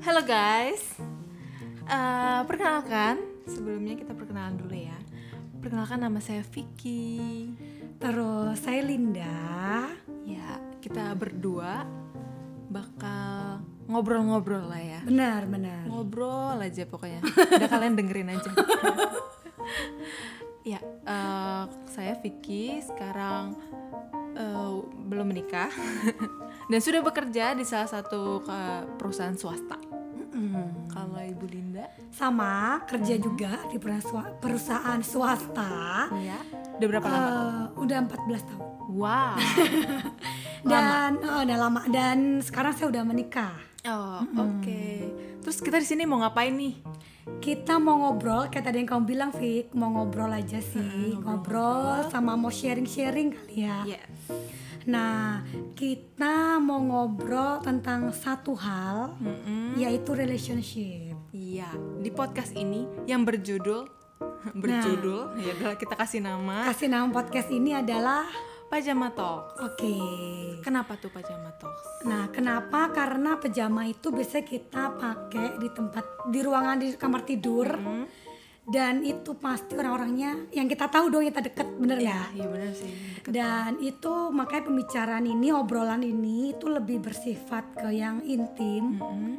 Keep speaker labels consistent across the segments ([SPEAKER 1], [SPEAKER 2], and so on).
[SPEAKER 1] Halo guys, Eh, perkenalkan sebelumnya kita perkenalan dulu ya. Perkenalkan nama saya Vicky.
[SPEAKER 2] Terus saya Linda.
[SPEAKER 1] Ya kita berdua bakal ngobrol-ngobrol lah ya.
[SPEAKER 2] Benar, benar.
[SPEAKER 1] Ngobrol aja pokoknya. Udah kalian dengerin aja. ya eh, saya Vicky sekarang eh, belum menikah dan sudah bekerja di salah satu eh, perusahaan swasta.
[SPEAKER 2] Mm-mm.
[SPEAKER 1] Kalau Ibu Linda,
[SPEAKER 2] Sama kerja juga di perus- perusahaan swasta.
[SPEAKER 1] ya udah berapa lama? tuh?
[SPEAKER 2] Eh, udah 14 tahun.
[SPEAKER 1] Wow.
[SPEAKER 2] Dan eh, udah lama dan sekarang saya udah menikah.
[SPEAKER 1] Oh, oke. Terus kita di sini mau ngapain nih?
[SPEAKER 2] Kita mau ngobrol kayak tadi yang kamu bilang Fik, mau ngobrol aja sih, ngobrol, sama mau sharing-sharing kali ya.
[SPEAKER 1] Yes.
[SPEAKER 2] Nah, kita mau ngobrol tentang satu hal yaitu relationship.
[SPEAKER 1] Iya, di podcast ini yang berjudul berjudul ya udah, kita kasih nama
[SPEAKER 2] Kasih nama podcast ini adalah
[SPEAKER 1] Pajama Talks.
[SPEAKER 2] Oke.
[SPEAKER 1] Kenapa tuh Pajama Talks?
[SPEAKER 2] Nah, kenapa? Karena pejama itu biasanya kita pakai di tempat di ruangan di kamar tidur.
[SPEAKER 1] Mm-hmm.
[SPEAKER 2] Dan itu pasti orang-orangnya yang kita tahu dong, yang kita deket, bener nggak?
[SPEAKER 1] Iya benar sih.
[SPEAKER 2] Dan itu makanya pembicaraan ini, obrolan ini itu lebih bersifat ke yang intim.
[SPEAKER 1] Mm-hmm.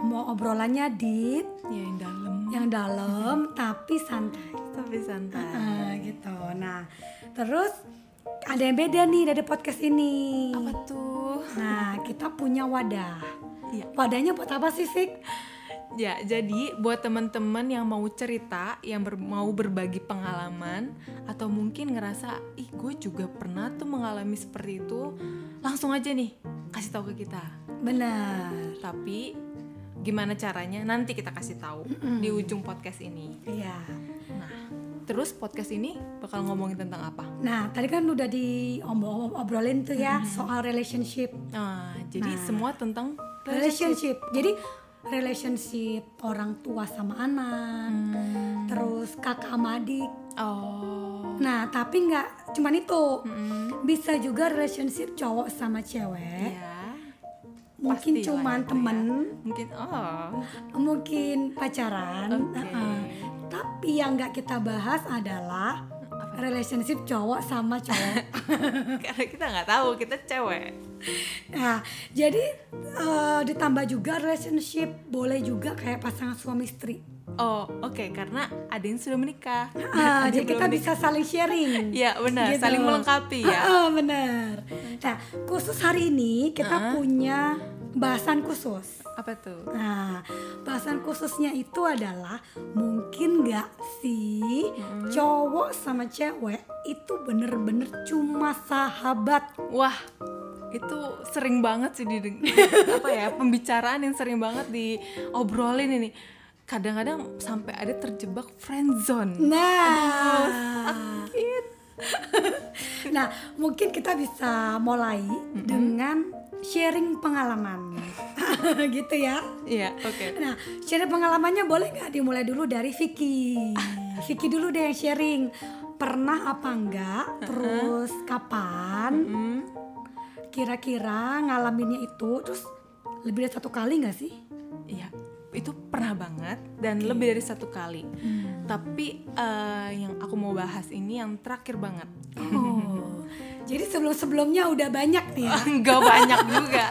[SPEAKER 2] Mau obrolannya deep,
[SPEAKER 1] Ya yang dalam.
[SPEAKER 2] yang
[SPEAKER 1] Mm-hmm.
[SPEAKER 2] dalam, tapi santai.
[SPEAKER 1] Tapi santai.
[SPEAKER 2] Ah, gitu. Nah, terus ada yang beda nih dari podcast ini.
[SPEAKER 1] Apa tuh?
[SPEAKER 2] Nah, kita punya wadah.
[SPEAKER 1] Iya.
[SPEAKER 2] Wadahnya buat apa sih, Fik?
[SPEAKER 1] Ya, jadi buat teman-teman yang mau cerita, yang ber- mau berbagi pengalaman atau mungkin ngerasa ih gue juga pernah tuh mengalami seperti itu, langsung aja nih kasih tahu ke kita.
[SPEAKER 2] Benar.
[SPEAKER 1] Tapi gimana caranya nanti kita kasih tahu di ujung podcast ini.
[SPEAKER 2] Iya.
[SPEAKER 1] Nah, terus podcast ini bakal ngomongin tentang apa?
[SPEAKER 2] Nah, tadi kan udah diobrolin tuh ya soal relationship.
[SPEAKER 1] Nah, jadi semua tentang
[SPEAKER 2] Relationship. Jadi relationship orang tua sama anak,
[SPEAKER 1] Mm.
[SPEAKER 2] terus kakak sama adik.
[SPEAKER 1] oh
[SPEAKER 2] Nah, tapi nggak cuman itu. Bisa juga relationship cowok sama cewek.
[SPEAKER 1] ya
[SPEAKER 2] Mungkin
[SPEAKER 1] pastilah
[SPEAKER 2] cuman
[SPEAKER 1] itu ya.
[SPEAKER 2] temen
[SPEAKER 1] Mungkin oh
[SPEAKER 2] mungkin pacaran
[SPEAKER 1] Oke.
[SPEAKER 2] uh-uh. tapi yang nggak kita bahas adalah relationship cowok sama cowok
[SPEAKER 1] karena kita nggak tahu kita cewek.
[SPEAKER 2] nah jadi eh, ditambah juga relationship boleh juga kayak pasangan suami istri
[SPEAKER 1] Oh, oke, karena ada yang sudah menikah.
[SPEAKER 2] Ah,
[SPEAKER 1] Ada
[SPEAKER 2] jadi
[SPEAKER 1] yang
[SPEAKER 2] kita
[SPEAKER 1] belum
[SPEAKER 2] bisa saling sharing
[SPEAKER 1] Iya, benar, saling melengkapi ya.
[SPEAKER 2] Ah, ah, benar nah khusus hari ini kita punya bahasan khusus
[SPEAKER 1] menikah. Apa tuh?
[SPEAKER 2] Nah, bahasan khususnya itu adalah mungkin nggak sih cowok sama cewek itu bener-bener cuma sahabat.
[SPEAKER 1] Wah, itu sering banget sih di apa ya pembicaraan yang sering banget diobrolin ini. Kadang-kadang sampai ada terjebak friend zone.
[SPEAKER 2] Nah, nah mungkin kita bisa mulai dengan sharing pengalaman, gitu ya.
[SPEAKER 1] Iya, oke.
[SPEAKER 2] Nah, sharing pengalamannya boleh nggak dimulai dulu dari Vicky? Vicky dulu deh yang sharing. Pernah apa enggak? Terus kapan?
[SPEAKER 1] Hmm,
[SPEAKER 2] Kira-kira ngalaminnya itu terus lebih dari satu kali nggak sih?
[SPEAKER 1] Iya, itu pernah banget dan lebih dari satu kali. Tapi eh, yang aku mau bahas ini yang terakhir banget.
[SPEAKER 2] Oh. Jadi sebelum-sebelumnya udah banyak nih ya.
[SPEAKER 1] Enggak banyak juga.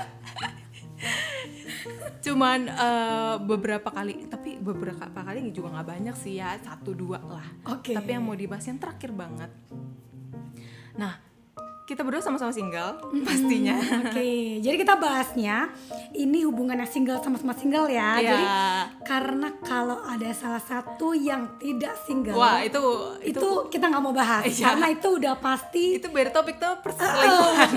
[SPEAKER 1] Cuman eh, beberapa kali, tapi beberapa kali juga nggak banyak sih ya, satu dua lah.
[SPEAKER 2] Oke.
[SPEAKER 1] Tapi yang mau dibahas yang terakhir banget. Nah, kita berdua sama-sama single, pastinya.
[SPEAKER 2] Oke, jadi kita bahasnya ini hubungan yang single sama-sama single ya.
[SPEAKER 1] Iya.
[SPEAKER 2] Jadi karena kalau ada salah satu yang tidak single,
[SPEAKER 1] Wah, itu
[SPEAKER 2] itu,
[SPEAKER 1] itu
[SPEAKER 2] kita nggak mau bahas
[SPEAKER 1] Iya.
[SPEAKER 2] karena itu Ah, udah pasti
[SPEAKER 1] itu beda topik tuh perselingkuhan.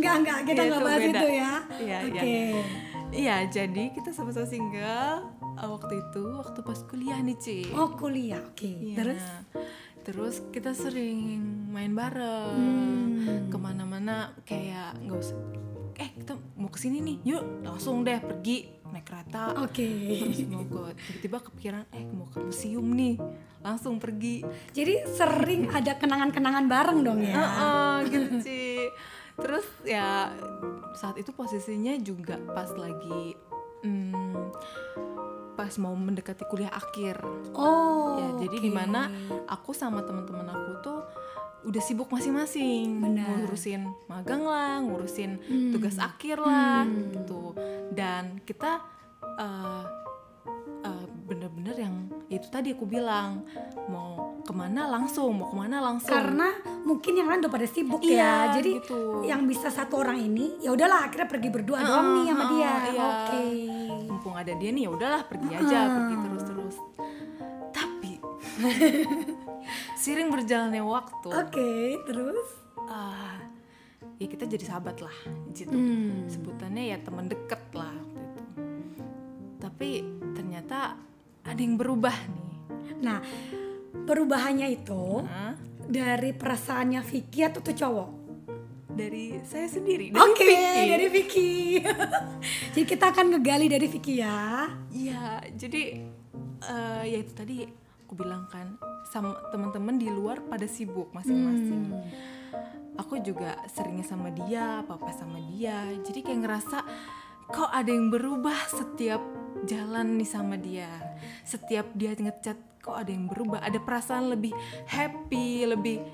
[SPEAKER 2] Enggak, enggak, kita
[SPEAKER 1] Iya,
[SPEAKER 2] enggak
[SPEAKER 1] itu
[SPEAKER 2] bahas
[SPEAKER 1] beda.
[SPEAKER 2] itu ya.
[SPEAKER 1] Iya,
[SPEAKER 2] Oke.
[SPEAKER 1] iya. Iya, jadi kita sama-sama single eh, waktu itu, waktu pas kuliah nih, Ci.
[SPEAKER 2] Oh, kuliah. Oke.
[SPEAKER 1] Iya.
[SPEAKER 2] Terus
[SPEAKER 1] terus kita sering main bareng
[SPEAKER 2] Hmm.
[SPEAKER 1] kemana-mana kayak nggak usah eh kita mau kesini nih yuk langsung deh pergi naik kereta
[SPEAKER 2] Oh, Oke.
[SPEAKER 1] terus mau ke tiba-tiba kepikiran eh mau ke museum nih langsung pergi
[SPEAKER 2] Jadi sering ada kenangan-kenangan bareng dong ya.
[SPEAKER 1] Heeh, gitu sih terus ya saat itu posisinya juga pas lagi hmm, pas mau mendekati kuliah akhir
[SPEAKER 2] Oh.
[SPEAKER 1] ya jadi
[SPEAKER 2] oke.
[SPEAKER 1] di mana aku sama teman-teman aku tuh udah sibuk masing-masing
[SPEAKER 2] Benar. Hmm.
[SPEAKER 1] ngurusin magang lah ngurusin tugas akhir lah gitu dan kita eh, eh, bener-bener yang itu tadi aku bilang mau kemana langsung mau kemana langsung
[SPEAKER 2] karena mungkin yang lain udah pada sibuk
[SPEAKER 1] Iya,
[SPEAKER 2] ya. Jadi
[SPEAKER 1] gitu.
[SPEAKER 2] yang bisa satu orang ini ya udahlah akhirnya pergi berdua
[SPEAKER 1] Heeh,
[SPEAKER 2] doang nih sama
[SPEAKER 1] heeh,
[SPEAKER 2] dia.
[SPEAKER 1] iya.
[SPEAKER 2] Oke.
[SPEAKER 1] mumpung ada dia nih ya udahlah pergi aja pergi terus-terus tapi sering berjalannya waktu
[SPEAKER 2] Oke, terus
[SPEAKER 1] ah, ya kita jadi sahabat lah gitu
[SPEAKER 2] Hmm.
[SPEAKER 1] sebutannya ya teman deket lah waktu itu tapi ternyata ada yang berubah nih
[SPEAKER 2] nah perubahannya itu
[SPEAKER 1] Hah?
[SPEAKER 2] dari perasaannya Vicky atau tuh cowok?
[SPEAKER 1] dari saya sendiri dari
[SPEAKER 2] Oke,
[SPEAKER 1] Vicky.
[SPEAKER 2] dari Vicky. Jadi kita akan ngegali dari Vicky ya.
[SPEAKER 1] ya jadi eh, ya itu tadi aku bilang kan sama teman-teman di luar pada sibuk
[SPEAKER 2] Hmm.
[SPEAKER 1] masing-masing aku juga seringnya sama dia papa sama dia jadi kayak ngerasa kok ada yang berubah setiap jalan nih sama dia setiap dia ngechat kok ada yang berubah ada perasaan lebih happy lebih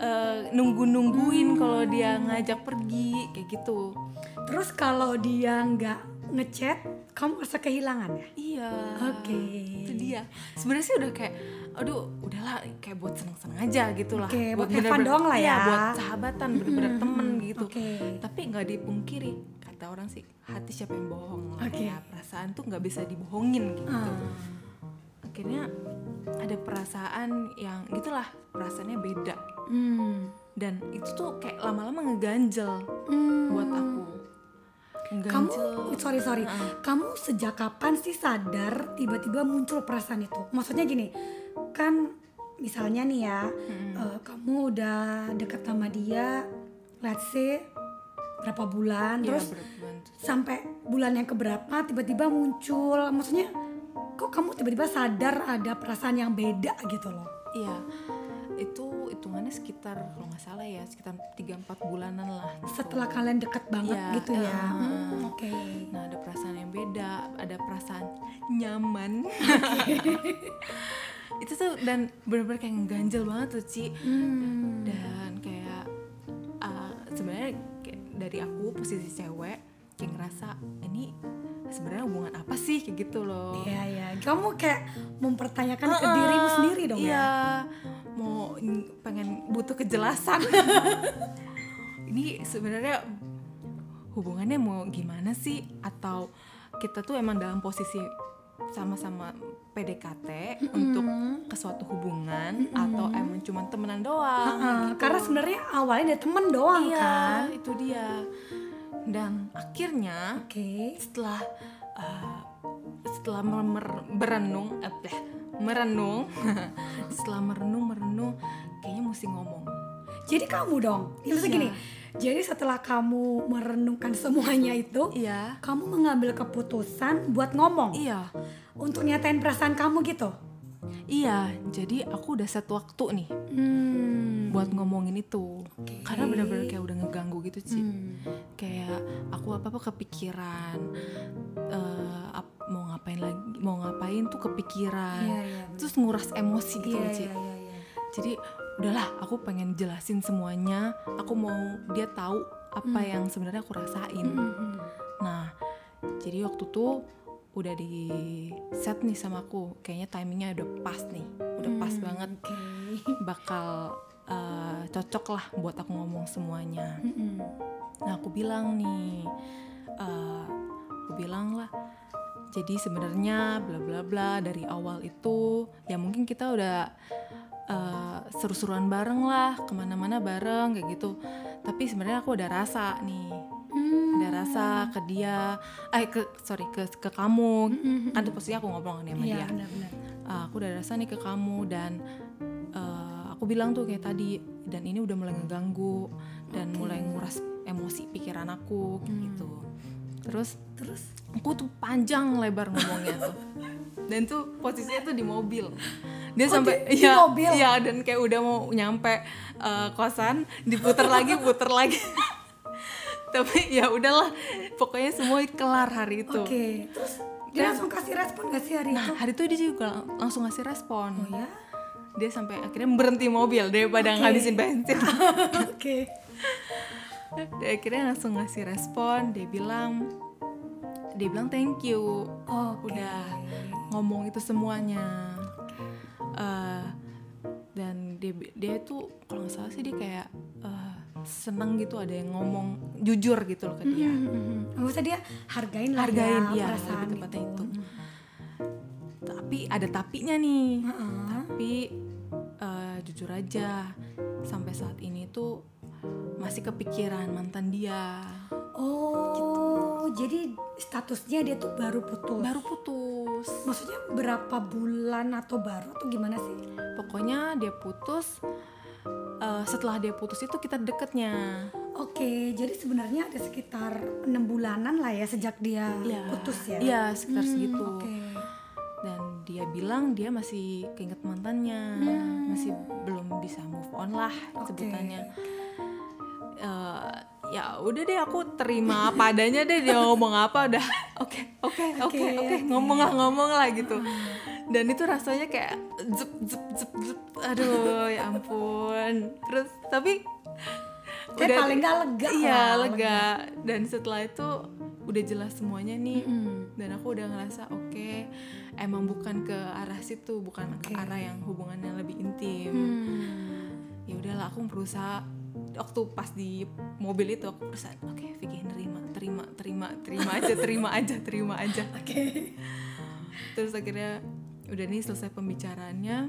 [SPEAKER 1] eh, nunggu-nungguin kalau dia ngajak pergi kayak gitu
[SPEAKER 2] Terus kalau dia nggak ngechat, kamu merasa kehilangan ya?
[SPEAKER 1] Iya.
[SPEAKER 2] Oke.
[SPEAKER 1] Itu dia. Sebenarnya sih udah kayak aduh, udahlah kayak buat seneng-seneng aja gitu lah.
[SPEAKER 2] Oke, buat have
[SPEAKER 1] bener-bener-
[SPEAKER 2] fun doang lah
[SPEAKER 1] iya,
[SPEAKER 2] ya.
[SPEAKER 1] buat sahabatan, bener-bener temen gitu.
[SPEAKER 2] Oke.
[SPEAKER 1] Tapi nggak dipungkiri, kata orang sih hati siapa yang bohong lah
[SPEAKER 2] Oke. Ah.
[SPEAKER 1] ya. Perasaan tuh nggak bisa dibohongin gitu. Akhirnya ada perasaan yang gitulah, perasaannya beda.
[SPEAKER 2] Hmm.
[SPEAKER 1] Dan itu tuh kayak lama-lama ngeganjel
[SPEAKER 2] Hmm.
[SPEAKER 1] buat aku.
[SPEAKER 2] Kamu,
[SPEAKER 1] Ngeganjel. Iya,
[SPEAKER 2] sorry sorry, kamu sejak kapan sih sadar tiba-tiba muncul perasaan itu? Maksudnya gini, kan misalnya nih ya,
[SPEAKER 1] Hmm.
[SPEAKER 2] eh, kamu udah deket sama dia, let's say berapa bulan,
[SPEAKER 1] Iya,
[SPEAKER 2] terus
[SPEAKER 1] berbulan tuh.
[SPEAKER 2] sampai bulan yang keberapa tiba-tiba muncul, maksudnya kok kamu tiba-tiba sadar ada perasaan yang beda gitu loh?
[SPEAKER 1] Iya, itu hitungannya sekitar kalau nggak salah ya sekitar 3-4 bulanan lah. gitu.
[SPEAKER 2] Setelah kalian deket banget
[SPEAKER 1] Iya,
[SPEAKER 2] gitu ya,
[SPEAKER 1] eh,
[SPEAKER 2] Hmm, oke.
[SPEAKER 1] Nah ada perasaan yang beda, ada perasaan nyaman. itu tuh dan bener-bener kayak ngeganjel banget tuh Ci.
[SPEAKER 2] Hmm.
[SPEAKER 1] Dan kayak uh, sebenarnya kayak dari aku posisi cewek kayak ngerasa ini sebenarnya hubungan apa sih kayak gitu loh.
[SPEAKER 2] Iya ya, kamu kayak mempertanyakan Kan ke dirimu sendiri dong
[SPEAKER 1] iya.
[SPEAKER 2] ya.
[SPEAKER 1] mau ng- pengen butuh kejelasan. Ini sebenarnya hubungannya mau gimana sih atau kita tuh emang dalam posisi sama-sama PDKT untuk ke suatu hubungan atau emang cuma temenan doang?
[SPEAKER 2] Heeh, Karena sebenarnya awalnya dari temen doang
[SPEAKER 1] Iya,
[SPEAKER 2] kan.
[SPEAKER 1] itu dia. Dan akhirnya
[SPEAKER 2] Oke.
[SPEAKER 1] setelah uh, setelah mer- mer- berenung eh, bleh, merenung setelah merenung merenung kayaknya mesti ngomong
[SPEAKER 2] Jadi kamu dong. Ini maksudnya
[SPEAKER 1] Iya.
[SPEAKER 2] gini. Jadi setelah kamu merenungkan semuanya itu,
[SPEAKER 1] iya
[SPEAKER 2] kamu mengambil keputusan buat ngomong
[SPEAKER 1] iya
[SPEAKER 2] untuk nyatain perasaan kamu gitu.
[SPEAKER 1] iya jadi aku udah satu waktu nih
[SPEAKER 2] Hmm.
[SPEAKER 1] buat ngomongin itu
[SPEAKER 2] Oke.
[SPEAKER 1] karena bener-bener kayak udah ngeganggu gitu sih
[SPEAKER 2] Hmm.
[SPEAKER 1] kayak aku apa apa kepikiran eh, ap- mau ngapain lagi mau ngapain tuh kepikiran
[SPEAKER 2] Iya, iya, bener.
[SPEAKER 1] terus nguras emosi gitu
[SPEAKER 2] Iya,
[SPEAKER 1] loh, Ci.
[SPEAKER 2] iya, iya, iya.
[SPEAKER 1] jadi udahlah aku pengen jelasin semuanya aku mau dia tahu apa yang sebenarnya aku rasain
[SPEAKER 2] Hmm.
[SPEAKER 1] nah jadi waktu tuh udah di set nih sama aku kayaknya timingnya udah pas nih udah pas
[SPEAKER 2] Hmm.
[SPEAKER 1] banget
[SPEAKER 2] Oke.
[SPEAKER 1] bakal eh, cocok lah buat aku ngomong semuanya
[SPEAKER 2] Hmm.
[SPEAKER 1] Nah aku bilang nih, eh, aku bilang lah. Jadi sebenarnya bla bla bla dari awal itu ya mungkin kita udah eh, seru-seruan bareng lah, kemana-mana bareng kayak gitu. Tapi sebenarnya aku udah rasa nih,
[SPEAKER 2] Hmm.
[SPEAKER 1] ada rasa ke dia, eh ke sorry ke ke kamu. Kan tuh posisinya aku ngobrol nih sama
[SPEAKER 2] Iya,
[SPEAKER 1] dia.
[SPEAKER 2] benar-benar.
[SPEAKER 1] Ah, aku udah rasa nih ke kamu dan eh, aku bilang tuh kayak tadi dan ini udah mulai ngeganggu dan mulai nguras emosi pikiran aku kayak
[SPEAKER 2] Hmm.
[SPEAKER 1] gitu terus
[SPEAKER 2] Terus
[SPEAKER 1] aku tuh panjang lebar ngomongnya tuh dan tuh posisinya tuh di mobil dia sampai
[SPEAKER 2] Oh, di- di
[SPEAKER 1] iya,
[SPEAKER 2] mobil?
[SPEAKER 1] iya, dan kayak udah mau nyampe eh, kosan diputer lagi puter lagi tapi ya udahlah pokoknya semua kelar hari itu
[SPEAKER 2] Oke, terus dia langsung kasih respon gak sih hari itu?
[SPEAKER 1] nah hari itu dia juga lang- langsung ngasih respon
[SPEAKER 2] Oh ya?
[SPEAKER 1] dia sampai akhirnya berhenti mobil daripada
[SPEAKER 2] Oke.
[SPEAKER 1] ngabisin bensin
[SPEAKER 2] Oke.
[SPEAKER 1] dia akhirnya langsung ngasih respon dia bilang dia bilang thank you
[SPEAKER 2] Oke.
[SPEAKER 1] Oh, udah ngomong itu semuanya Eh, dan dia dia tuh kalau nggak salah sih dia kayak eh, seneng gitu ada yang ngomong jujur gitu loh ke dia
[SPEAKER 2] Hmm, Nggak usah dia hargain lah
[SPEAKER 1] hargain
[SPEAKER 2] ya,
[SPEAKER 1] dia
[SPEAKER 2] Mm-hmm. perasaan
[SPEAKER 1] lebih tepatnya
[SPEAKER 2] gitu.
[SPEAKER 1] itu tapi ada tapinya nih
[SPEAKER 2] Mm-hmm. Heeh.
[SPEAKER 1] tapi eh, jujur aja sampai saat ini tuh masih kepikiran mantan dia
[SPEAKER 2] Oh, jadi statusnya dia tuh baru putus.
[SPEAKER 1] baru putus
[SPEAKER 2] Maksudnya berapa bulan atau baru atau gimana sih?
[SPEAKER 1] pokoknya dia putus eh, setelah dia putus itu kita deketnya
[SPEAKER 2] Oke, jadi sebenarnya ada sekitar enam bulanan lah ya sejak dia putus ya.
[SPEAKER 1] iya sekitar
[SPEAKER 2] Hmm,
[SPEAKER 1] segitu
[SPEAKER 2] Oke.
[SPEAKER 1] dan dia bilang dia masih keinget mantannya masih belum bisa move on lah
[SPEAKER 2] Oke.
[SPEAKER 1] sebutannya Eh, ya udah deh aku terima apa adanya deh dia ngomong apa udah oke oke oke
[SPEAKER 2] Oke,
[SPEAKER 1] oke
[SPEAKER 2] oke.
[SPEAKER 1] ngomong lah ngomong lah gitu dan itu rasanya kayak zup zup zup zup aduh ya ampun terus tapi
[SPEAKER 2] Tapi paling nggak lega
[SPEAKER 1] iya
[SPEAKER 2] lah,
[SPEAKER 1] lega. dan setelah itu udah jelas semuanya nih dan aku udah ngerasa oke emang bukan ke arah situ bukan ke
[SPEAKER 2] Oke.
[SPEAKER 1] arah yang hubungannya lebih intim
[SPEAKER 2] Hmm.
[SPEAKER 1] ya udahlah aku berusaha waktu pas di mobil itu aku berusaha oke Vicky nerima terima terima terima aja terima aja terima aja
[SPEAKER 2] Oke.
[SPEAKER 1] terus akhirnya udah nih selesai pembicaraannya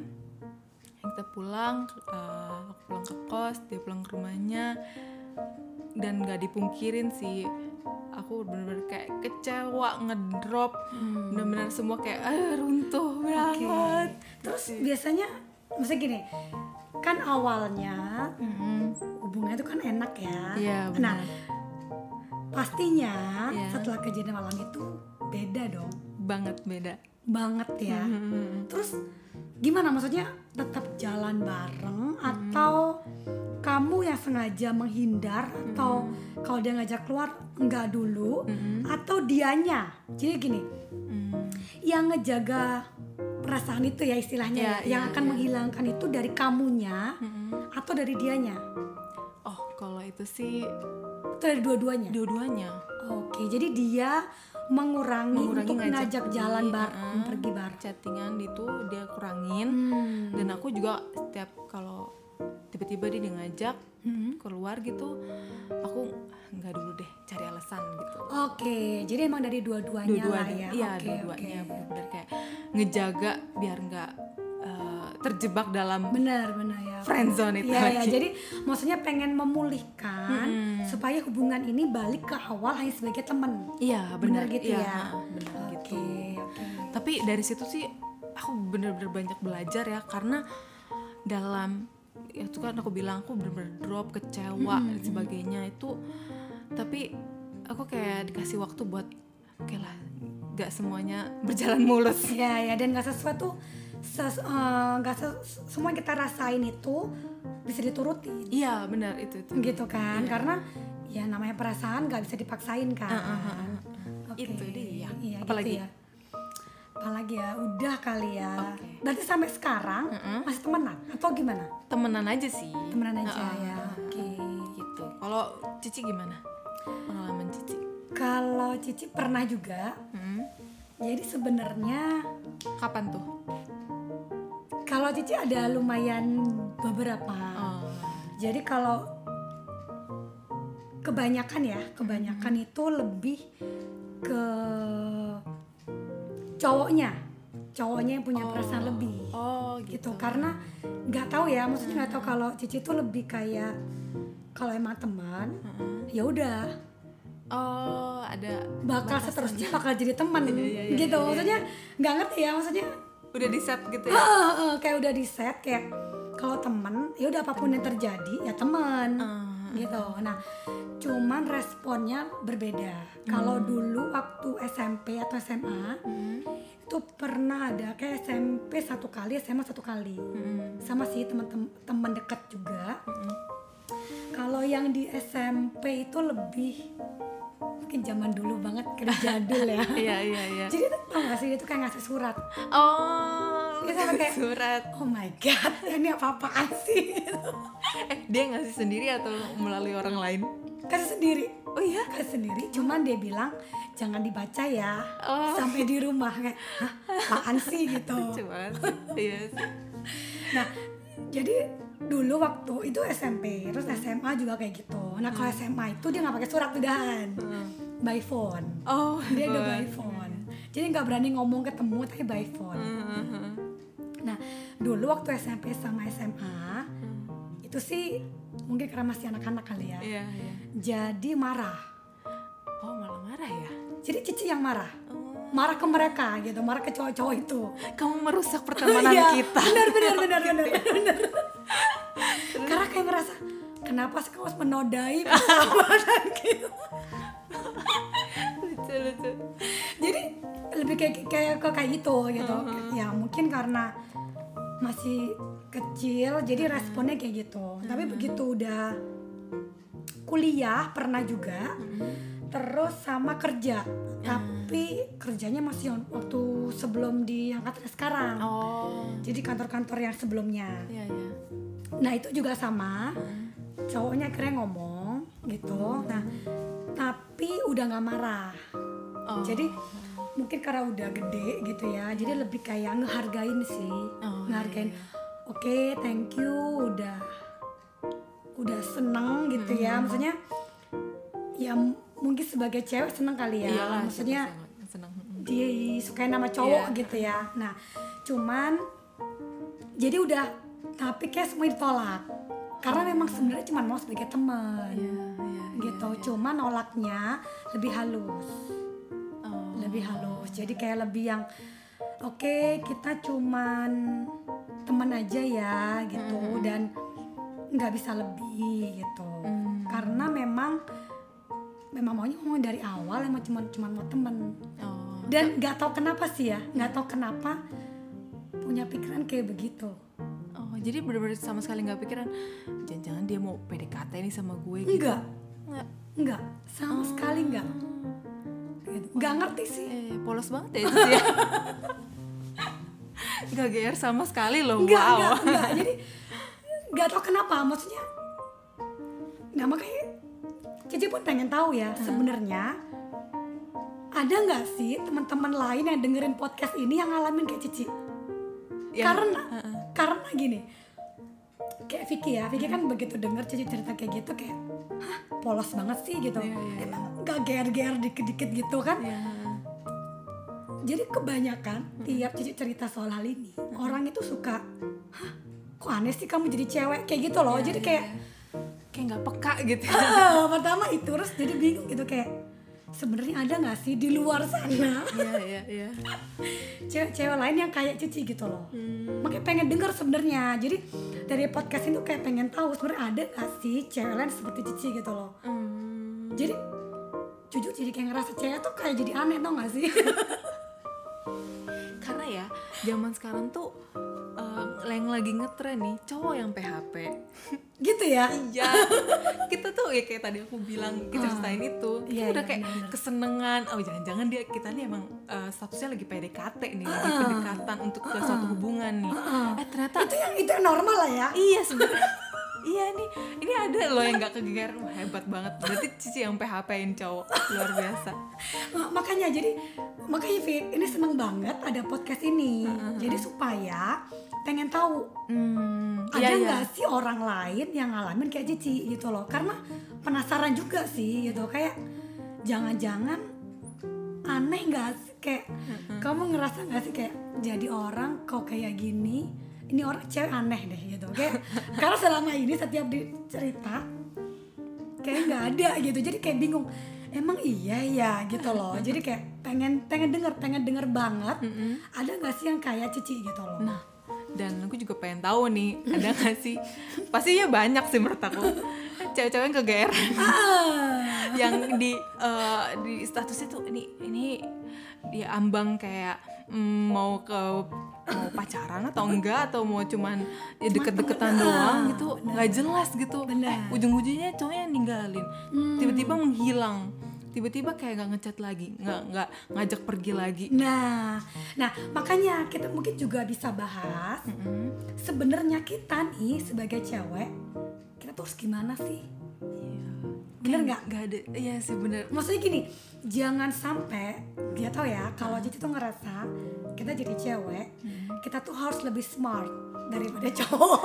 [SPEAKER 1] kita pulang eh, aku pulang ke kos dia pulang ke rumahnya dan gak dipungkirin sih aku bener-bener kayak kecewa ngedrop bener-bener semua kayak "Ah, runtuh
[SPEAKER 2] Oke.
[SPEAKER 1] banget
[SPEAKER 2] Terus biasanya maksudnya gini, kan awalnya
[SPEAKER 1] Mm-mm.
[SPEAKER 2] hubungannya itu kan enak ya.
[SPEAKER 1] Mm-hmm. Iya,
[SPEAKER 2] nah,
[SPEAKER 1] benar.
[SPEAKER 2] pastinya
[SPEAKER 1] Iya.
[SPEAKER 2] setelah kejadian malam itu beda dong.
[SPEAKER 1] banget beda
[SPEAKER 2] Banget ya.
[SPEAKER 1] Mm-hmm.
[SPEAKER 2] Terus gimana maksudnya tetap jalan bareng atau kamu yang sengaja menghindar atau kalau dia ngajak keluar enggak dulu atau dianya. Jadi gini,
[SPEAKER 1] Mm.
[SPEAKER 2] yang ngejaga perasaan itu ya
[SPEAKER 1] Iya,
[SPEAKER 2] istilahnya ya, yang
[SPEAKER 1] iya,
[SPEAKER 2] akan menghilangkan itu dari kamunya atau dari dianya
[SPEAKER 1] oh kalau itu sih
[SPEAKER 2] atau dari dua-duanya
[SPEAKER 1] dua-duanya
[SPEAKER 2] oke jadi dia mengurangi,
[SPEAKER 1] mengurangi
[SPEAKER 2] untuk ngajak jalan
[SPEAKER 1] pergi,
[SPEAKER 2] bareng
[SPEAKER 1] uh-uh.
[SPEAKER 2] pergi bareng
[SPEAKER 1] chattingan itu dia kurangin
[SPEAKER 2] Hmm.
[SPEAKER 1] dan aku juga setiap kalau tiba-tiba dia ngajak
[SPEAKER 2] Hmm.
[SPEAKER 1] keluar gitu aku "Ah, nggak dulu deh cari alasan gitu
[SPEAKER 2] oke jadi emang dari dua-duanya lah
[SPEAKER 1] dua-duanya
[SPEAKER 2] ya
[SPEAKER 1] iya
[SPEAKER 2] oke oke
[SPEAKER 1] dua-duanya benar kayak ngejaga biar nggak eh, terjebak dalam
[SPEAKER 2] benar benar ya
[SPEAKER 1] Friendzone itu
[SPEAKER 2] Iya, iya.
[SPEAKER 1] lagi.
[SPEAKER 2] jadi maksudnya pengen memulihkan supaya hubungan ini balik ke awal hanya sebagai teman
[SPEAKER 1] iya
[SPEAKER 2] benar
[SPEAKER 1] benar
[SPEAKER 2] gitu
[SPEAKER 1] iya,
[SPEAKER 2] ya
[SPEAKER 1] benar
[SPEAKER 2] oke
[SPEAKER 1] gitu
[SPEAKER 2] oke
[SPEAKER 1] tapi dari situ sih aku bener-bener banyak belajar ya karena dalam ya itu kan aku bilang aku bener-bener drop kecewa dan sebagainya itu tapi aku kayak dikasih waktu buat oke lah gak semuanya berjalan mulus
[SPEAKER 2] Ya ya dan nggak sesuai tuh ses- eh, nggak ses- semua yang kita rasain itu bisa diturutin
[SPEAKER 1] iya benar itu itu
[SPEAKER 2] gitu kan
[SPEAKER 1] Iya.
[SPEAKER 2] karena ya namanya perasaan nggak bisa dipaksain kan.
[SPEAKER 1] Ah,
[SPEAKER 2] Oke.
[SPEAKER 1] Itu dia.
[SPEAKER 2] Iya,
[SPEAKER 1] Apalagi?
[SPEAKER 2] gitu ya. Apalagi ya udah kali ya.
[SPEAKER 1] Oke.
[SPEAKER 2] Berarti sampai sekarang masih temenan atau gimana?
[SPEAKER 1] temenan aja sih
[SPEAKER 2] Temenan aja
[SPEAKER 1] Heeh,
[SPEAKER 2] ya. Oke.
[SPEAKER 1] gitu kalau cici gimana pengalaman cici
[SPEAKER 2] Kalau Cici pernah juga.
[SPEAKER 1] Mm.
[SPEAKER 2] Jadi sebenarnya
[SPEAKER 1] kapan tuh
[SPEAKER 2] kalau Cici ada lumayan beberapa.
[SPEAKER 1] Oh.
[SPEAKER 2] Jadi kalau kebanyakan ya, kebanyakan
[SPEAKER 1] Hmm.
[SPEAKER 2] itu lebih ke cowoknya, cowoknya yang punya perasaan lebih
[SPEAKER 1] oh gitu Hmm.
[SPEAKER 2] gitu. Karena nggak tahu ya, maksudnya nggak tahu kalau Cici itu lebih kayak kalau emang teman,
[SPEAKER 1] Hmm.
[SPEAKER 2] ya udah
[SPEAKER 1] oh ada
[SPEAKER 2] bakal seterusnya bakal jadi teman gitu. maksudnya nggak ngerti ya, maksudnya
[SPEAKER 1] udah di set gitu ya
[SPEAKER 2] "Ah, ah, ah," kayak udah di set kayak kalau teman ya udah apapun yang terjadi ya teman gitu nah cuman responnya berbeda kalau dulu waktu SMP atau SMA itu pernah ada kayak Hmm.
[SPEAKER 1] Hmm.
[SPEAKER 2] SMP satu kali SMA satu kali sama sih teman-teman teman dekat juga Kalau yang di SMP itu lebih mungkin zaman dulu banget kan jadul ya.
[SPEAKER 1] Iya iya iya.
[SPEAKER 2] Jadi tuh tau gak sih dia tuh kayak ngasih surat.
[SPEAKER 1] Oh,
[SPEAKER 2] Dia sama kayak-
[SPEAKER 1] surat.
[SPEAKER 2] Oh my god, ini apa-apaan sih?
[SPEAKER 1] Eh, dia ngasih sendiri atau melalui orang lain?
[SPEAKER 2] Kasih sendiri.
[SPEAKER 1] Oh iya.
[SPEAKER 2] Kasih sendiri, cuman dia bilang jangan dibaca ya
[SPEAKER 1] Oh.
[SPEAKER 2] sampai di rumah kayak hah apaan sih gitu.
[SPEAKER 1] Lucu banget sih. Iya sih.
[SPEAKER 2] Nah, jadi dulu waktu itu SMP, terus SMA juga kayak gitu. Nah, kalau
[SPEAKER 1] Hmm.
[SPEAKER 2] SMA itu dia nggak pakai surat udahan, by phone.
[SPEAKER 1] Oh,
[SPEAKER 2] Dia udah
[SPEAKER 1] hebat.
[SPEAKER 2] by phone, jadi nggak berani ngomong ketemu tapi by phone.
[SPEAKER 1] Heeh, heeh.
[SPEAKER 2] Nah, dulu waktu SMP sama SMA itu sih mungkin karena masih anak-anak kali ya.
[SPEAKER 1] Iya, iya.
[SPEAKER 2] Jadi marah.
[SPEAKER 1] Oh, malah marah ya?
[SPEAKER 2] Jadi Cici yang marah.
[SPEAKER 1] Oh.
[SPEAKER 2] Marah ke mereka gitu, marah ke cowok-cowok itu.
[SPEAKER 1] Kamu merusak pertemanan
[SPEAKER 2] Iya,
[SPEAKER 1] kita.
[SPEAKER 2] Benar benar benar benar benar. Karena kayak ngerasa kenapa sih kamu harus menodai persahabatan gitu.
[SPEAKER 1] Lucu, lucu.
[SPEAKER 2] Jadi lebih kayak kayak kok kayak gitu gitu. Ya mungkin karena masih kecil jadi responnya kayak gitu. Tapi begitu udah kuliah pernah juga. Terus sama kerja. Tapi kerjanya masih waktu sebelum di angkatan sekarang.
[SPEAKER 1] Oh.
[SPEAKER 2] Jadi kantor-kantor yang sebelumnya.
[SPEAKER 1] Iya, iya.
[SPEAKER 2] Nah itu juga sama cowoknya akhirnya ngomong gitu. Nah tapi udah nggak marah.
[SPEAKER 1] Oh.
[SPEAKER 2] Jadi mungkin karena udah gede gitu ya. Jadi lebih kayak ngehargain sih,
[SPEAKER 1] Oh,
[SPEAKER 2] ngehargain.
[SPEAKER 1] iya,
[SPEAKER 2] Oke thank you udah udah seneng gitu ya.
[SPEAKER 1] Mm-hmm.
[SPEAKER 2] Maksudnya ya m- mungkin sebagai cewek seneng kali ya.
[SPEAKER 1] Iyalah,
[SPEAKER 2] Maksudnya
[SPEAKER 1] Iya, seneng, seneng.
[SPEAKER 2] disukain sama cowok
[SPEAKER 1] Iya.
[SPEAKER 2] gitu ya. Nah, cuman jadi udah tapi kayak semua ditolak. Karena memang sebenarnya cuma mau sebagai teman
[SPEAKER 1] Iya, iya.
[SPEAKER 2] gitu. Cuman nolaknya lebih halus,
[SPEAKER 1] Oh.
[SPEAKER 2] lebih halus. Jadi kayak lebih yang oke, kita cuman teman aja ya gitu dan nggak bisa lebih gitu. Karena memang memang maunya ngomong dari awal emang cuma cuma mau temen
[SPEAKER 1] Oh.
[SPEAKER 2] dan nggak tahu kenapa sih ya nggak tahu kenapa punya pikiran kayak begitu
[SPEAKER 1] Oh, jadi bener-bener sama sekali nggak pikiran jangan-jangan dia mau PDKT nih sama gue gitu.
[SPEAKER 2] enggak
[SPEAKER 1] Nggak.
[SPEAKER 2] enggak sama sekali enggak Gitu. nggak ngerti sih
[SPEAKER 1] Eh, polos banget ya itu sih ya. Gak GR sama sekali loh,
[SPEAKER 2] enggak
[SPEAKER 1] wow.
[SPEAKER 2] enggak enggak jadi nggak tahu kenapa maksudnya nah makanya Cici pun pengen tahu ya sebenarnya ada nggak sih teman-teman lain yang dengerin podcast ini yang ngalamin kayak Cici
[SPEAKER 1] Yang-
[SPEAKER 2] karena karena gini kayak Vicky ya Vicky kan begitu denger Cici cerita kayak gitu kayak hah polos banget sih gitu
[SPEAKER 1] Iya, iya,
[SPEAKER 2] emang nggak ger-ger dikit-dikit gitu kan
[SPEAKER 1] Iya.
[SPEAKER 2] jadi kebanyakan tiap cici cerita soal hal ini orang itu suka hah kok aneh sih kamu jadi cewek kayak gitu
[SPEAKER 1] Iya,
[SPEAKER 2] loh jadi kayak
[SPEAKER 1] Kayak nggak peka gitu.
[SPEAKER 2] "Ah," pertama itu terus jadi bingung gitu kayak sebenarnya ada nggak sih di luar sana
[SPEAKER 1] Iya, iya, iya.
[SPEAKER 2] cewek-cewek lain yang kayak cici gitu loh
[SPEAKER 1] Hmm.
[SPEAKER 2] makanya pengen dengar sebenarnya jadi dari podcast itu kayak pengen tahu sebenarnya ada nggak sih cewek lain seperti cici gitu loh
[SPEAKER 1] Hmm.
[SPEAKER 2] jadi jujur jadi kayak ngerasa cewek tuh kayak jadi aneh tau gak sih
[SPEAKER 1] Karena ya, zaman sekarang tuh eh, yang lagi ngetren nih cowok yang PHP
[SPEAKER 2] gitu ya
[SPEAKER 1] iya kita tuh ya kayak tadi aku bilang kita ceritain itu kita
[SPEAKER 2] Ah. Iya,
[SPEAKER 1] udah
[SPEAKER 2] iya,
[SPEAKER 1] kayak
[SPEAKER 2] benar-benar.
[SPEAKER 1] kesenengan oh jangan-jangan dia kita nih emang eh, statusnya lagi PDKT nih lagi
[SPEAKER 2] Ah.
[SPEAKER 1] pendekatan untuk ke suatu hubungan nih eh ternyata
[SPEAKER 2] itu yang itu yang normal lah ya
[SPEAKER 1] iya sebenarnya iya nih ini ada loh yang nggak kegeeran Wah, hebat banget berarti cici yang PHP-in cowok luar biasa
[SPEAKER 2] Ma- makanya jadi makanya Vic ini seneng banget ada podcast ini jadi supaya pengen tahu
[SPEAKER 1] hmm,
[SPEAKER 2] ada nggak sih orang lain yang ngalamin kayak Cici gitu loh karena penasaran juga sih gitu kayak jangan-jangan aneh nggak sih kayak kamu ngerasa nggak sih kayak jadi orang kok kayak gini ini orang cewek aneh deh gitu kayak karena selama ini setiap dicerita kayak nggak ada gitu jadi kayak bingung emang iya ya gitu loh jadi kayak pengen pengen denger pengen denger banget ada nggak sih yang kayak Cici gitu loh
[SPEAKER 1] Nah, dan aku juga pengen tahu nih, ada ya gak sih? Pastinya banyak sih menurut aku. Cewek-cewek yang kegeeran.
[SPEAKER 2] Ah.
[SPEAKER 1] yang di eh, di statusnya tuh ini ini dia ambang kayak mm, mau ke mau pacaran atau enggak atau mau cuman ya deket-deketan doang gitu nggak jelas gitu eh,
[SPEAKER 2] Benar.
[SPEAKER 1] ujung-ujungnya cowoknya yang ninggalin tiba-tiba menghilang tiba-tiba kayak nggak ngechat lagi nggak nggak ngajak pergi lagi
[SPEAKER 2] Nah, nah makanya kita mungkin juga bisa bahas sebenarnya kita nih sebagai cewek kita tuh harus gimana sih? Bener nggak?
[SPEAKER 1] nggak ada iya sih bener
[SPEAKER 2] Maksudnya gini, jangan sampai dia tahu ya kalau jadi tuh ngerasa kita jadi cewek kita tuh harus lebih smart daripada cowok.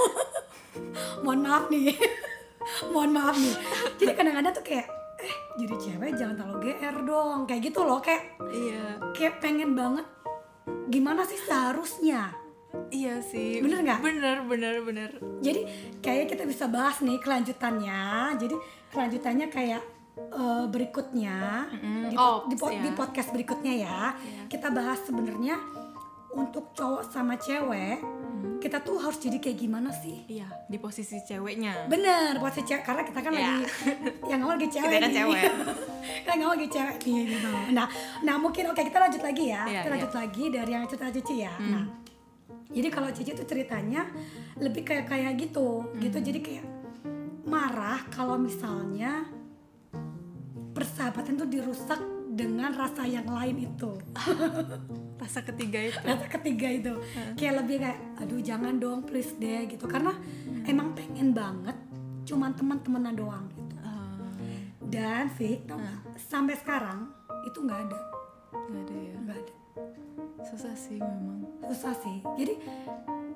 [SPEAKER 2] Mohon maaf nih, mohon maaf nih. Jadi kadang-kadang tuh kayak eh jadi cewek jangan terlalu gr dong kayak gitu loh kayak
[SPEAKER 1] iya
[SPEAKER 2] kayak pengen banget gimana sih seharusnya
[SPEAKER 1] iya sih
[SPEAKER 2] Bener nggak?
[SPEAKER 1] bener bener bener
[SPEAKER 2] jadi kayak kita bisa bahas nih kelanjutannya jadi kelanjutannya kayak eh, berikutnya
[SPEAKER 1] Mm-mm,
[SPEAKER 2] di, po-
[SPEAKER 1] ops,
[SPEAKER 2] di po-
[SPEAKER 1] ya. Iya.
[SPEAKER 2] di podcast berikutnya ya kita bahas sebenarnya untuk cowok sama cewek
[SPEAKER 1] Mm-hmm.
[SPEAKER 2] kita tuh harus jadi kayak gimana sih
[SPEAKER 1] iya di posisi ceweknya
[SPEAKER 2] bener buat si cewek karena kita kan
[SPEAKER 1] Ya.
[SPEAKER 2] lagi yang ngomong lagi cewek
[SPEAKER 1] Kita kan
[SPEAKER 2] nih.
[SPEAKER 1] cewek.
[SPEAKER 2] yang ngomong lagi cewek nih gitu nah nah mungkin oke kita lanjut lagi
[SPEAKER 1] Iya,
[SPEAKER 2] ya
[SPEAKER 1] Hmm.
[SPEAKER 2] kita
[SPEAKER 1] iya.
[SPEAKER 2] lanjut lagi dari yang cerita cici ya nah jadi kalau cici tuh ceritanya lebih kayak kayak gitu
[SPEAKER 1] Hmm.
[SPEAKER 2] gitu jadi kayak marah kalau misalnya persahabatan tuh dirusak dengan rasa yang lain itu
[SPEAKER 1] rasa ketiga itu
[SPEAKER 2] rasa ketiga itu kayak lebih kayak aduh jangan dong please deh gitu karena emang pengen banget cuman teman-temanan doang gitu
[SPEAKER 1] Eh,
[SPEAKER 2] dan Fik tau nggak, sampai sekarang itu nggak ada
[SPEAKER 1] nggak ada ya
[SPEAKER 2] nggak ada
[SPEAKER 1] susah sih memang
[SPEAKER 2] susah sih jadi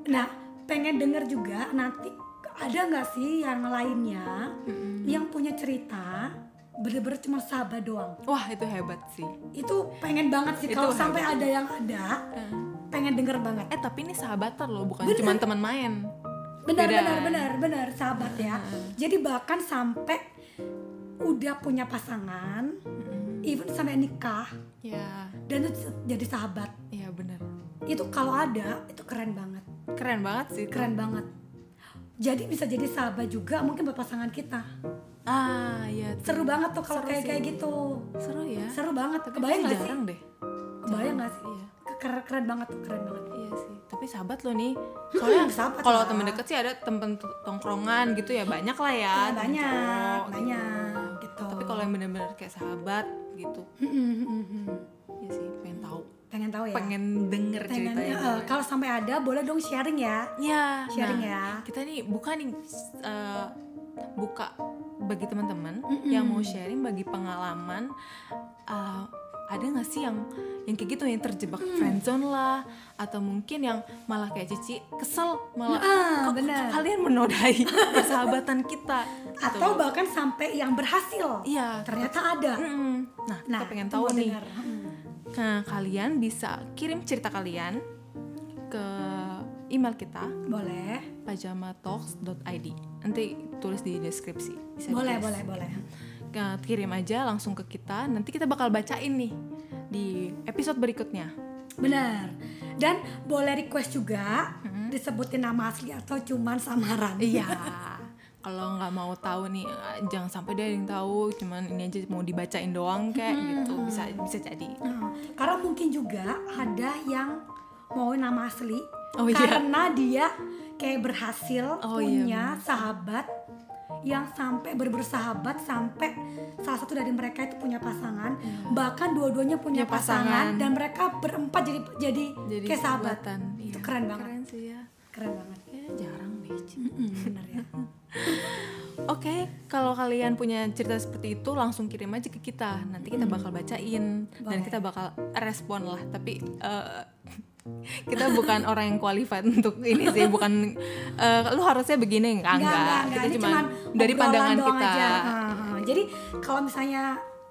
[SPEAKER 2] nah pengen denger juga nanti ada nggak sih yang lainnya yang punya cerita bener-bener cuma sahabat doang
[SPEAKER 1] wah itu hebat sih
[SPEAKER 2] itu pengen banget sih
[SPEAKER 1] Itu
[SPEAKER 2] kalau sampai ada yang ada pengen denger banget
[SPEAKER 1] eh tapi ini sahabatan loh bukan cuma teman main
[SPEAKER 2] benar
[SPEAKER 1] Beda.
[SPEAKER 2] benar benar benar sahabat ya jadi bahkan sampai udah punya pasangan even sampai nikah
[SPEAKER 1] ya
[SPEAKER 2] dan itu jadi sahabat
[SPEAKER 1] iya bener
[SPEAKER 2] itu kalau ada itu keren banget
[SPEAKER 1] keren banget sih itu.
[SPEAKER 2] keren banget jadi bisa jadi sahabat juga mungkin buat pasangan kita
[SPEAKER 1] ah iya tuh.
[SPEAKER 2] seru banget tuh kalau
[SPEAKER 1] Seru
[SPEAKER 2] kayak
[SPEAKER 1] sih.
[SPEAKER 2] kayak gitu
[SPEAKER 1] seru ya
[SPEAKER 2] seru banget
[SPEAKER 1] tapi
[SPEAKER 2] kebayang
[SPEAKER 1] pasti
[SPEAKER 2] nggak sih
[SPEAKER 1] jarang deh
[SPEAKER 2] kebayang nggak sih
[SPEAKER 1] Iya.
[SPEAKER 2] keren keren banget tuh keren banget
[SPEAKER 1] iya sih tapi sahabat lo nih soalnya
[SPEAKER 2] Sahabat ya.
[SPEAKER 1] kalau
[SPEAKER 2] lah.
[SPEAKER 1] temen deket sih ada temen t- tongkrongan gitu ya banyak lah ya
[SPEAKER 2] Iya,
[SPEAKER 1] temen
[SPEAKER 2] banyak
[SPEAKER 1] cowok gitu.
[SPEAKER 2] banyak gitu
[SPEAKER 1] tapi kalau yang bener-bener kayak sahabat gitu
[SPEAKER 2] Mm, mm, mm, mm.
[SPEAKER 1] ya sih pengen tahu
[SPEAKER 2] pengen tahu ya
[SPEAKER 1] pengen denger
[SPEAKER 2] pengen
[SPEAKER 1] ceritanya
[SPEAKER 2] eh, kalau sampai ada boleh dong sharing ya
[SPEAKER 1] Ya,
[SPEAKER 2] Sharing
[SPEAKER 1] nah,
[SPEAKER 2] ya.
[SPEAKER 1] Kita nih buka nih s- eh, buka bagi teman-teman yang mau sharing bagi pengalaman eh, ada nggak sih yang yang kayak gitu yang terjebak friendzone lah atau mungkin yang malah kayak Cici kesel malah
[SPEAKER 2] Ah,
[SPEAKER 1] "Kok- kok
[SPEAKER 2] bener.
[SPEAKER 1] kalian menodai persahabatan kita Gitu.
[SPEAKER 2] atau bahkan sampai yang berhasil
[SPEAKER 1] Iya.
[SPEAKER 2] ternyata ada
[SPEAKER 1] Mm-mm. nah, kita pengen tahu
[SPEAKER 2] tunggu
[SPEAKER 1] nih
[SPEAKER 2] dengar. Mm.
[SPEAKER 1] nah kalian bisa kirim cerita kalian ke email kita
[SPEAKER 2] boleh
[SPEAKER 1] pajamatalks.id nanti tulis di deskripsi bisa
[SPEAKER 2] boleh
[SPEAKER 1] ditulis.
[SPEAKER 2] boleh boleh
[SPEAKER 1] Nah, kirim aja langsung ke kita nanti kita bakal bacain nih di episode berikutnya
[SPEAKER 2] benar dan boleh request juga disebutin nama asli atau cuman samaran
[SPEAKER 1] Hmm. iya kalau nggak mau tahu nih ah, jangan sampai dia ada yang tahu cuman ini aja mau dibacain doang kayak
[SPEAKER 2] Hmm,
[SPEAKER 1] gitu bisa bisa jadi
[SPEAKER 2] Mm. karena mungkin juga ada yang mau nama asli
[SPEAKER 1] Oh, iya.
[SPEAKER 2] karena dia kayak berhasil
[SPEAKER 1] Oh, iya,
[SPEAKER 2] punya sahabat yang sampai berbersahabat sampai salah satu dari mereka itu punya pasangan bahkan dua-duanya punya
[SPEAKER 1] Hmm. Punya pasangan.
[SPEAKER 2] pasangan, dan mereka berempat jadi jadi,
[SPEAKER 1] jadi
[SPEAKER 2] kayak sahabat
[SPEAKER 1] sahabatan
[SPEAKER 2] itu
[SPEAKER 1] Iya,
[SPEAKER 2] keren banget
[SPEAKER 1] keren sih ya
[SPEAKER 2] keren banget
[SPEAKER 1] kayaknya jarang deh Ci.
[SPEAKER 2] Mm, bener ya
[SPEAKER 1] Oke, kalau kalian punya cerita seperti itu langsung kirim aja ke kita. Nanti kita bakal bacain dan
[SPEAKER 2] Hmm. Boleh.
[SPEAKER 1] kita bakal respon lah. Tapi eh, kita bukan orang yang qualified untuk ini sih, bukan eh, lu harusnya begini enggak enggak. Kita
[SPEAKER 2] Ini
[SPEAKER 1] cuman
[SPEAKER 2] cuman
[SPEAKER 1] dari
[SPEAKER 2] obrolan
[SPEAKER 1] pandangan
[SPEAKER 2] doang
[SPEAKER 1] kita.
[SPEAKER 2] aja. Heeh. Jadi kalau misalnya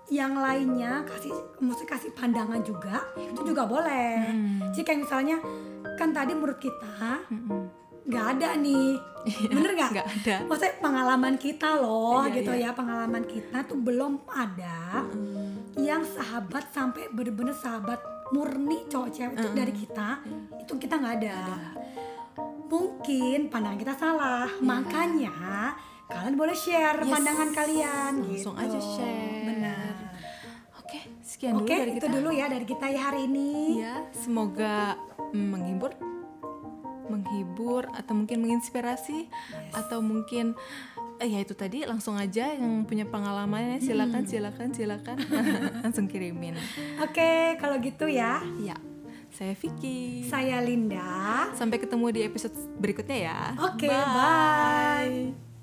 [SPEAKER 2] yang lainnya kasih mesti kasih pandangan juga itu juga boleh. Jadi kayak misalnya kan tadi menurut kita nggak ada nih, bener nggak?
[SPEAKER 1] Iya, nggak ada.
[SPEAKER 2] Maksudnya pengalaman kita loh
[SPEAKER 1] Iya,
[SPEAKER 2] gitu ya pengalaman kita tuh belum ada yang sahabat sampai bener-bener sahabat murni cowok cewek itu dari kita itu kita nggak ada mungkin pandangan kita salah makanya kalian boleh share
[SPEAKER 1] Iya. Yes.
[SPEAKER 2] pandangan kalian
[SPEAKER 1] Langsung
[SPEAKER 2] gitu.
[SPEAKER 1] aja share.
[SPEAKER 2] benar
[SPEAKER 1] Oke, sekian
[SPEAKER 2] oke
[SPEAKER 1] dulu dari
[SPEAKER 2] itu
[SPEAKER 1] kita.
[SPEAKER 2] dulu ya dari kita ya hari ini
[SPEAKER 1] Ya, semoga mm, menghibur, menghibur atau mungkin menginspirasi atau mungkin eh, ya itu tadi langsung aja yang punya pengalamannya silakan silakan silakan langsung kirimin.
[SPEAKER 2] oke kalau gitu ya
[SPEAKER 1] Ya, saya Vicky.
[SPEAKER 2] saya Linda
[SPEAKER 1] Sampai ketemu di episode berikutnya ya.
[SPEAKER 2] oke
[SPEAKER 1] Bye.
[SPEAKER 2] bye.